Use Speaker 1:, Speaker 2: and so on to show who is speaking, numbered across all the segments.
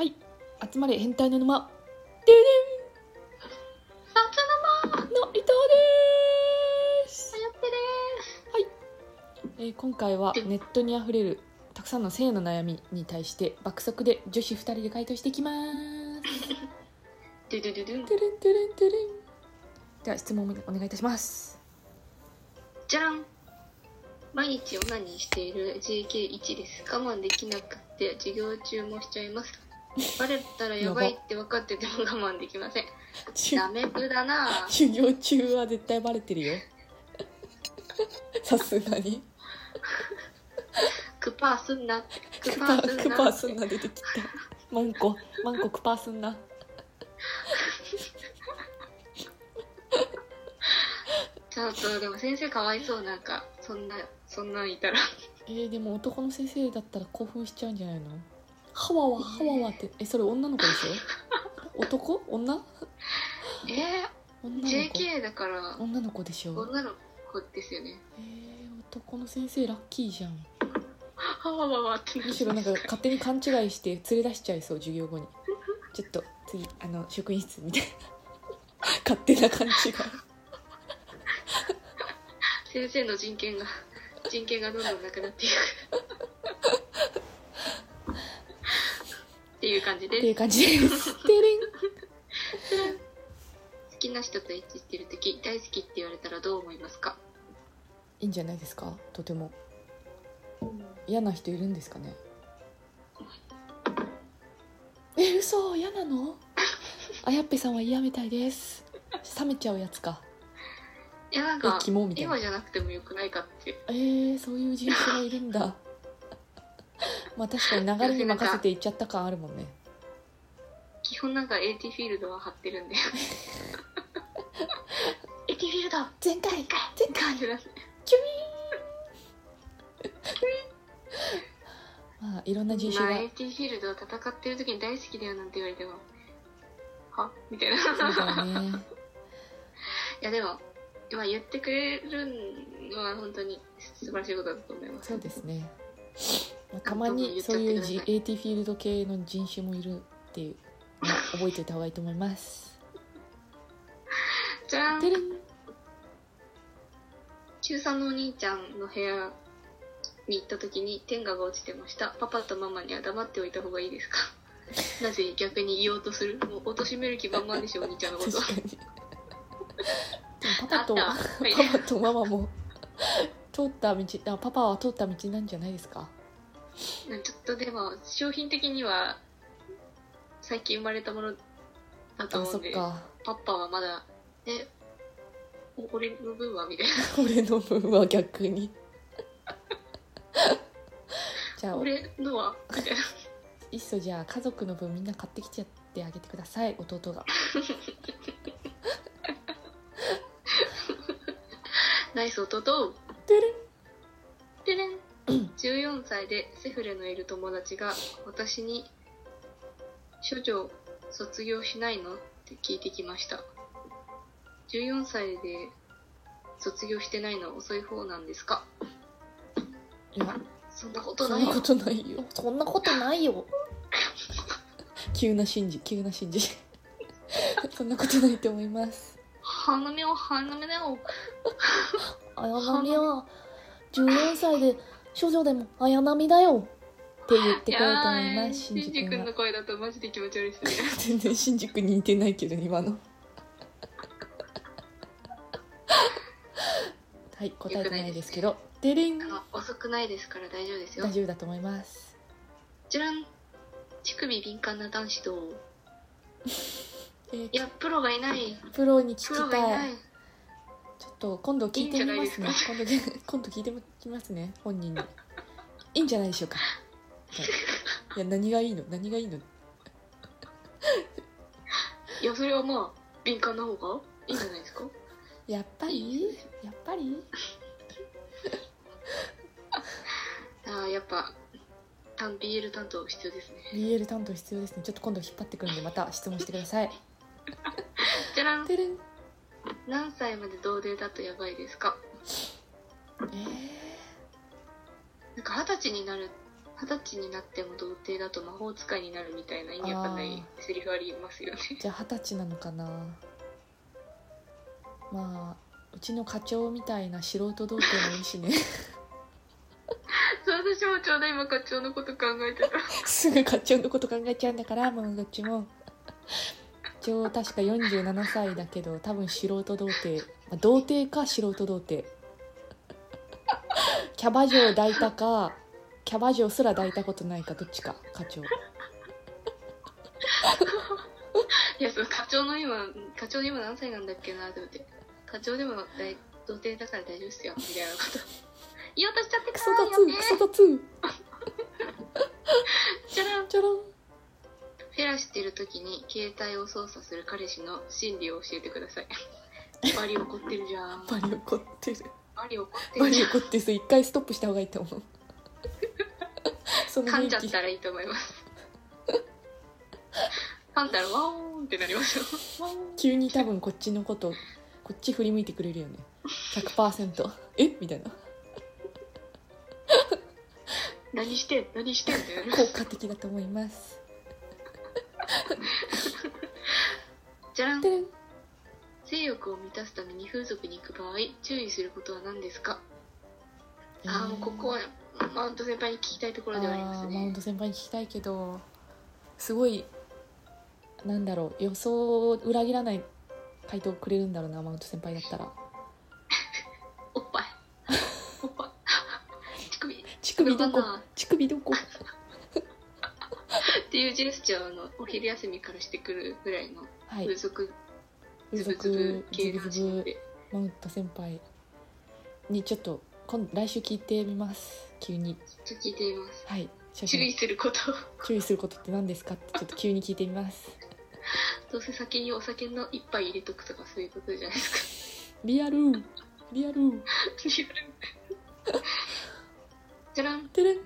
Speaker 1: 集まれ変態の沼で
Speaker 2: さつま
Speaker 1: でんの伊藤です
Speaker 2: は、やってです
Speaker 1: えー今回はネットにあふれるたくさんの性の悩みに対して爆速で女子2人で回答していきます
Speaker 2: ドゥドゥドゥ
Speaker 1: トゥ
Speaker 2: ドゥ
Speaker 1: ルントゥルントゥルンでは質問をお願いいたします
Speaker 2: じゃらん毎日オナニーしている JK1 です我慢できなくて授業中もしちゃいますバレたらやばいって分かってても我慢できません
Speaker 1: ちゅ
Speaker 2: ダメプだなぁ
Speaker 1: 授業中は絶対バレて るよさすがに
Speaker 2: クパーすんなク
Speaker 1: クパ
Speaker 2: パーす
Speaker 1: ク
Speaker 2: ん
Speaker 1: パ
Speaker 2: な
Speaker 1: ーすんな出てきたマンコマンコクパーすんな
Speaker 2: ちょっとでも先生かわいそうなんかそんなそんなんいたら
Speaker 1: えー、でも男の先生だったら興奮しちゃうんじゃないのハワワハワワってえそれ女の子でしょ男女
Speaker 2: え
Speaker 1: 女の
Speaker 2: ー、
Speaker 1: 子
Speaker 2: JK だから
Speaker 1: 女の子でしょ
Speaker 2: 女の子ですよね
Speaker 1: えー、男の先生ラッキーじゃん
Speaker 2: はわわわってな
Speaker 1: むしろなんか勝手に勘違いして連れ出しちゃいそう授業後にちょっと次あの職員室みたいな 勝手な勘違い
Speaker 2: 先生の人権が 人権がどんどんなくなっていくっていう感じ
Speaker 1: っ
Speaker 2: で
Speaker 1: ていう
Speaker 2: す
Speaker 1: 感じ ですてれん
Speaker 2: 好きな人と一致してる時大好きって言われたらどう思いますか
Speaker 1: いいんじゃないですかとても嫌な人いるんですかねえ嘘嫌なのあやっぺさんは嫌みたいです冷めちゃうやつか
Speaker 2: いやなん
Speaker 1: え
Speaker 2: か
Speaker 1: キモみたいな
Speaker 2: 今じゃなくてもよくないかって
Speaker 1: えー、そういう人種がいるんだまあ確かに流れに任せていっちゃった感あるもんね
Speaker 2: 基本なんか AT フィールドは張っ てるんで AT フィールド
Speaker 1: 前回
Speaker 2: 一回
Speaker 1: 前
Speaker 2: 感
Speaker 1: 回
Speaker 2: じなんで
Speaker 1: まあいろんな人
Speaker 2: まあ
Speaker 1: 種が
Speaker 2: AT フィールドを戦ってる時に大好きだよなんて言われてもはみたいな
Speaker 1: そうだよね
Speaker 2: いやでも、まあ、言ってくれるのは本当に素晴らしいことだと思います。
Speaker 1: そうですね、まあ、たまにそういうじ AT フィールド系の人種もいるっていうのを覚えておいた方がいいと思います
Speaker 2: じゃん
Speaker 1: てれん
Speaker 2: 中3のお兄ちゃんの部屋に行った時に天下が落ちてました。パパとママには黙っておいた方がいい ですかなぜ逆に言おうとするもう貶める気満々でしょ、お兄ちゃんのこ
Speaker 1: 確
Speaker 2: と。
Speaker 1: かにでもパパとパ
Speaker 2: あったはい
Speaker 1: パとママも通った道あパパは通った道なんじゃないですか
Speaker 2: ちょっとでも、商品的には最近生まれたものだと
Speaker 1: あ
Speaker 2: 思
Speaker 1: そ
Speaker 2: う
Speaker 1: っ
Speaker 2: んで、
Speaker 1: か
Speaker 2: パパはまだ、え、お俺の分はみたいな。
Speaker 1: 俺の分は逆にじゃあ
Speaker 2: 俺のはい
Speaker 1: っそじゃあ家族の分みんな買ってきちゃってあげてください弟が
Speaker 2: ナイス弟
Speaker 1: てれん
Speaker 2: でね、14歳でセフレのいる友達が私に「処女卒業しないの?」って聞いてきました14歳で卒業してないのは遅い方なんですか
Speaker 1: いや
Speaker 2: そんなこと
Speaker 1: そ
Speaker 2: なんい
Speaker 1: な
Speaker 2: よ
Speaker 1: ことないよそんなことないよ 急な信じ急な信じ そんなことないと思います
Speaker 2: 花芽を花芽だよ
Speaker 1: 綾波は14歳で少女でも綾波だよって言って
Speaker 2: い
Speaker 1: こようと思
Speaker 2: や
Speaker 1: いま
Speaker 2: ー
Speaker 1: す
Speaker 2: し
Speaker 1: 新
Speaker 2: んじ
Speaker 1: 宿
Speaker 2: 君
Speaker 1: 君は
Speaker 2: の声だとマジで気持ち悪いですね
Speaker 1: 全然新宿に似てないけど今 のはい答えてないですけどデリン
Speaker 2: あの遅くないですから大丈夫ですよ
Speaker 1: 大丈夫だと思います
Speaker 2: じゃらん乳首敏感な男子と
Speaker 1: えー
Speaker 2: いやプロがいない
Speaker 1: プロに聞
Speaker 2: プロ
Speaker 1: き
Speaker 2: がい
Speaker 1: た
Speaker 2: ないい
Speaker 1: ちょっと今度聞いてみますね
Speaker 2: いいん
Speaker 1: 今度今度聞いてみますね本人にいいんじゃないでしょうかはいいや何がいいの何がいいの
Speaker 2: いやそれはまあ敏感な方がいいんじゃないですか
Speaker 1: やっぱりやっぱり
Speaker 2: ああやっぱ単 BL 担当必要ですね
Speaker 1: BL 担当必要ですねちょっと今度引っ張ってくるんでまた質問してください
Speaker 2: じゃらん
Speaker 1: てるん
Speaker 2: 何歳まで同棲だとやばいですか
Speaker 1: えー
Speaker 2: なんか二十歳になる二十歳になっても童貞だと魔法使いになるみたいな意味わかんないセリフありますよね。
Speaker 1: じゃあ二十歳なのかなまあうちの課長みたいな素人童貞もいいしね
Speaker 2: そう私もちょうど今課長のこと考えてた。
Speaker 1: すぐ課長のこと考えちゃうんだからもうどっちも 一応確か47歳だけど多分素人童貞、まあ童貞か素人童貞 キャバ嬢抱いたかキャバ嬢すら抱いたことないかどっちか課長
Speaker 2: いやその課長の今課長今何歳なんだっけなと思って課長でも大童貞だから大丈夫っすよみたいなこと。言おうとしちゃって
Speaker 1: ク
Speaker 2: た
Speaker 1: ソ
Speaker 2: ー
Speaker 1: だ
Speaker 2: よね
Speaker 1: つクソだつ
Speaker 2: じゃらん
Speaker 1: じゃらん
Speaker 2: フェラしてる時に携帯を操作する彼氏の心理を教えてくだ さい。バリ怒ってるじゃん。
Speaker 1: バリ怒って る
Speaker 2: バリ怒って
Speaker 1: バ
Speaker 2: るじ
Speaker 1: リ
Speaker 2: ゃん。
Speaker 1: 怒ってる人一回ストップした方がいいと 思うその
Speaker 2: 噛ん
Speaker 1: 雰囲
Speaker 2: じゃっ
Speaker 1: 気
Speaker 2: たらいいと思 います。噛んだらワオーンってなりますよ。
Speaker 1: 急に多分こっちのことこっち振り向いてくれるよね100%えみたいな
Speaker 2: 何してん何してんってなりま
Speaker 1: 効
Speaker 2: す。
Speaker 1: 果的だと思います
Speaker 2: じゃらん
Speaker 1: て。れん
Speaker 2: 性欲を満たすために風俗に行く場合、注意することは何ですか、ああ、もうここはマウント先輩に聞きたいところではあります
Speaker 1: あーマウン
Speaker 2: ね。
Speaker 1: ト先輩に聞きたいけどすごいなんだろう予想を裏切らない回答をくれるんだろうなマウント先輩だったら
Speaker 2: おっぱい。おっぱい。 乳首。
Speaker 1: 乳首ど
Speaker 2: これ
Speaker 1: こ
Speaker 2: かな
Speaker 1: 乳首どこ
Speaker 2: っていうジェスチャーをあのお昼休みからしてくるぐらいの
Speaker 1: はい
Speaker 2: 風俗
Speaker 1: 風
Speaker 2: ズブ
Speaker 1: 俗
Speaker 2: ズブ
Speaker 1: ズ
Speaker 2: 系
Speaker 1: ブ
Speaker 2: 男
Speaker 1: ズ
Speaker 2: 子
Speaker 1: ブ
Speaker 2: で
Speaker 1: マウント先輩にちょっと今来週聞いてみます急に
Speaker 2: ちょっと聞いています
Speaker 1: はい注
Speaker 2: 注意することを
Speaker 1: 注意することって何ですかってちょっと急に聞いてみます
Speaker 2: どうせ先にお酒の一杯入れとくとかそういうことじゃないですか
Speaker 1: リアルリアル
Speaker 2: じゃらん
Speaker 1: てれん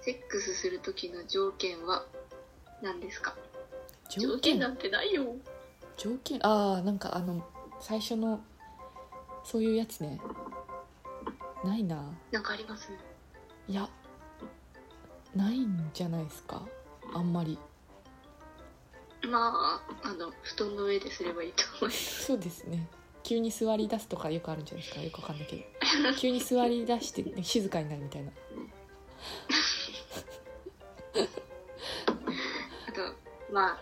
Speaker 2: セックスする時の条件は何ですか
Speaker 1: 条
Speaker 2: 条
Speaker 1: 件
Speaker 2: 件なんてないよ
Speaker 1: 条件ああなんかあの最初のそういうやつねないな
Speaker 2: なんかあります
Speaker 1: いやないんじゃないですかあんまり
Speaker 2: まああの布団の上ですればいいと思います
Speaker 1: そうですね急に座り出すとかよくあるんじゃないですかよくわかんないけど急に座り出して、ね、静かになるみたいな
Speaker 2: あとまあ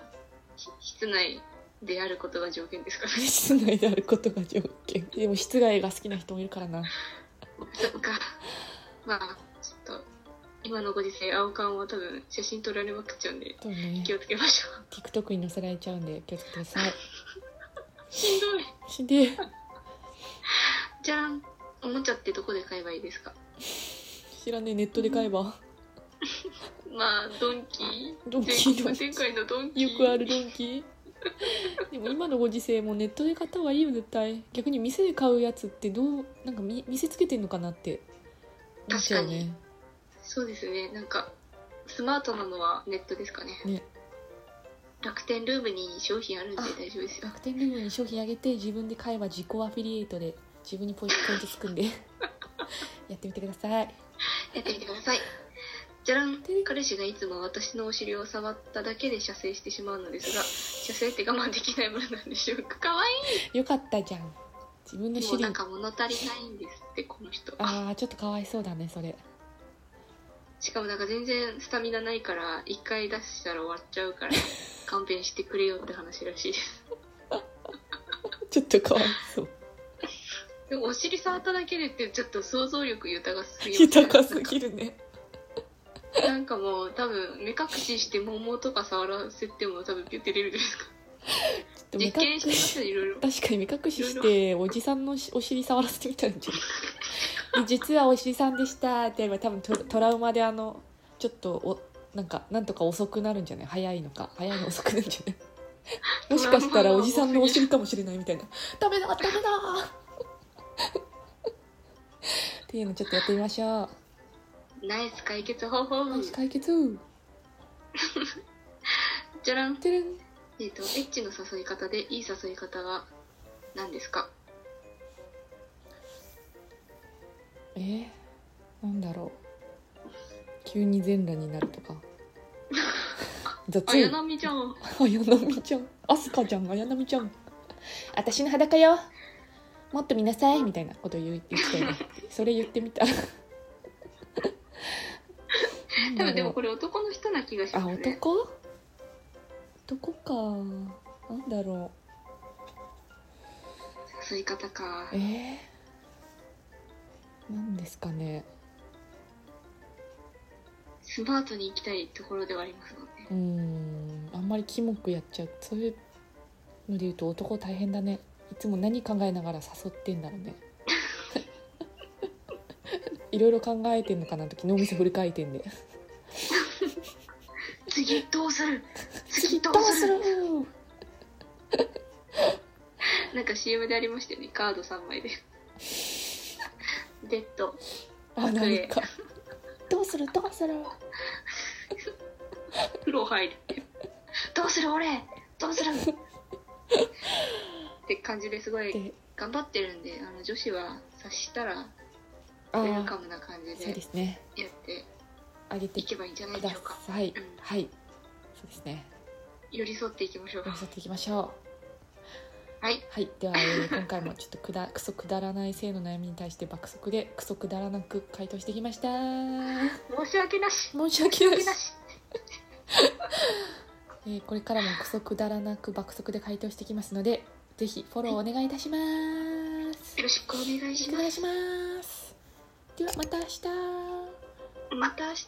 Speaker 2: ひ室内であることが条件ですから
Speaker 1: 室内であることが条件でも室外が好きな人もいるからな
Speaker 2: そっか。まあ、ちょっと、今のご時世、青缶は多分写真撮られまくっちゃうんで、
Speaker 1: そうね
Speaker 2: 気をつけましょう。
Speaker 1: TikTok に載せられちゃうんで気をつけてください
Speaker 2: しんどい。
Speaker 1: 死んで
Speaker 2: じゃらん。おもちゃってどこで買えばいいですか
Speaker 1: 知らねえネットで買えば
Speaker 2: まあ、ドンキー。
Speaker 1: ドンキー
Speaker 2: 全国展開のドンキ
Speaker 1: よ
Speaker 2: ー。
Speaker 1: くあるドンキでも今のご時世もうネットで買った方がいいよ絶対逆に店で買うやつってどうなんかみ見せつけてんのかなって思っちゃうよね
Speaker 2: そうですね。なんか、スマートなのはネットですかね。
Speaker 1: ね
Speaker 2: 楽天ルームに商品あるんで大丈夫ですよ。
Speaker 1: 楽天ルームに商品あげて自分で買えば自己アフィリエイトで自分にポイントポイントつくんで やってみてください
Speaker 2: やってみてください。じゃらん
Speaker 1: てれ。
Speaker 2: 彼氏がいつも私のお尻を触っただけで射精してしまうのですが、射精って我慢できないものなんでしょうか。かわいい
Speaker 1: よかったじゃん自分の
Speaker 2: もう
Speaker 1: 尻
Speaker 2: なんか物足りないんですってこの人
Speaker 1: ああちょっとかわいそうだねそれ
Speaker 2: しかもなんか全然スタミナないから一回出したら終わっちゃう から勘弁してくれよって話らしいです
Speaker 1: ちょっとかわい そう
Speaker 2: でもお尻触っただけでってちょっと想像力豊かすぎますね
Speaker 1: 豊かすぎるね
Speaker 2: なんかもう多分目隠しして桃とか触らせても多分ピュッて出るじゃないですか
Speaker 1: ちょっと目
Speaker 2: 実験
Speaker 1: 隠
Speaker 2: してますよいろいろ
Speaker 1: 確かに目隠ししておじさんのしお尻触らせてみたらいいんじゃないで実はお尻さん でしたって言えば多分トトラウマであのちょっとおなんかなんとか遅くなるんじゃない早いのか早いの遅くなるんじ ゃないもしかしたらおじさんのお尻かもしれないみたいなダメだダメだ っていうのちょっとやってみましょう
Speaker 2: ナイス解決方法
Speaker 1: 解決
Speaker 2: じゃらん
Speaker 1: てるん
Speaker 2: えっ、とエッチの誘い方でいい誘い方は何ですか
Speaker 1: えー、なんだろう急に全裸になると か雑
Speaker 2: 綾
Speaker 1: いな
Speaker 2: 波じゃん
Speaker 1: 綾波ちゃんアスカちゃん綾波ちゃん私の裸よもっと見なさいみたいなこと言う言ってたよ ねそれ言ってみたなんだろう
Speaker 2: 多分でもこれ男の人な気がし
Speaker 1: あ
Speaker 2: ますね
Speaker 1: 男男かなんだろ
Speaker 2: 誘い方か
Speaker 1: うえー、なんですかね
Speaker 2: スマートに行きたいところではありますもんね
Speaker 1: うーんあんまりキモくやっちゃうそういうので言うと男大変だねいつも何考えながら誘ってんだろうね いろいろ考えてんのかなとき脳みそフル回転で
Speaker 2: 次どうする次
Speaker 1: 次
Speaker 2: ど
Speaker 1: ど
Speaker 2: う
Speaker 1: う
Speaker 2: す
Speaker 1: す
Speaker 2: る
Speaker 1: る
Speaker 2: なんか CM でありましたよねカード3枚でデッド
Speaker 1: あなんかどうするどうする
Speaker 2: 風呂入るどうする俺どうするって感じですごい
Speaker 1: で
Speaker 2: 頑張ってるんであの女子は察したら
Speaker 1: あ
Speaker 2: ウェルカ
Speaker 1: ー
Speaker 2: ムな感じ
Speaker 1: そうで
Speaker 2: です
Speaker 1: ね
Speaker 2: やって
Speaker 1: あげて
Speaker 2: い
Speaker 1: く
Speaker 2: けばいいんじゃないで
Speaker 1: だ
Speaker 2: しょうか
Speaker 1: さい
Speaker 2: うん
Speaker 1: はいそうですね
Speaker 2: 寄り添っていきましょう
Speaker 1: 寄り添っていきましょう
Speaker 2: はい
Speaker 1: はい、では、えー今回もちょっとくだクソくだらない性の悩みに対して爆速でクソくだらなく回答してきました
Speaker 2: 申し訳なし
Speaker 1: 申し訳ないで
Speaker 2: 申し訳な
Speaker 1: す、
Speaker 2: し
Speaker 1: えーこれからもクソくだらなく爆速で回答してきますのでぜひフォローお願いいたします
Speaker 2: よろしくお願いし
Speaker 1: お
Speaker 2: ま
Speaker 1: 願い
Speaker 2: す
Speaker 1: しますではまた明日
Speaker 2: また明日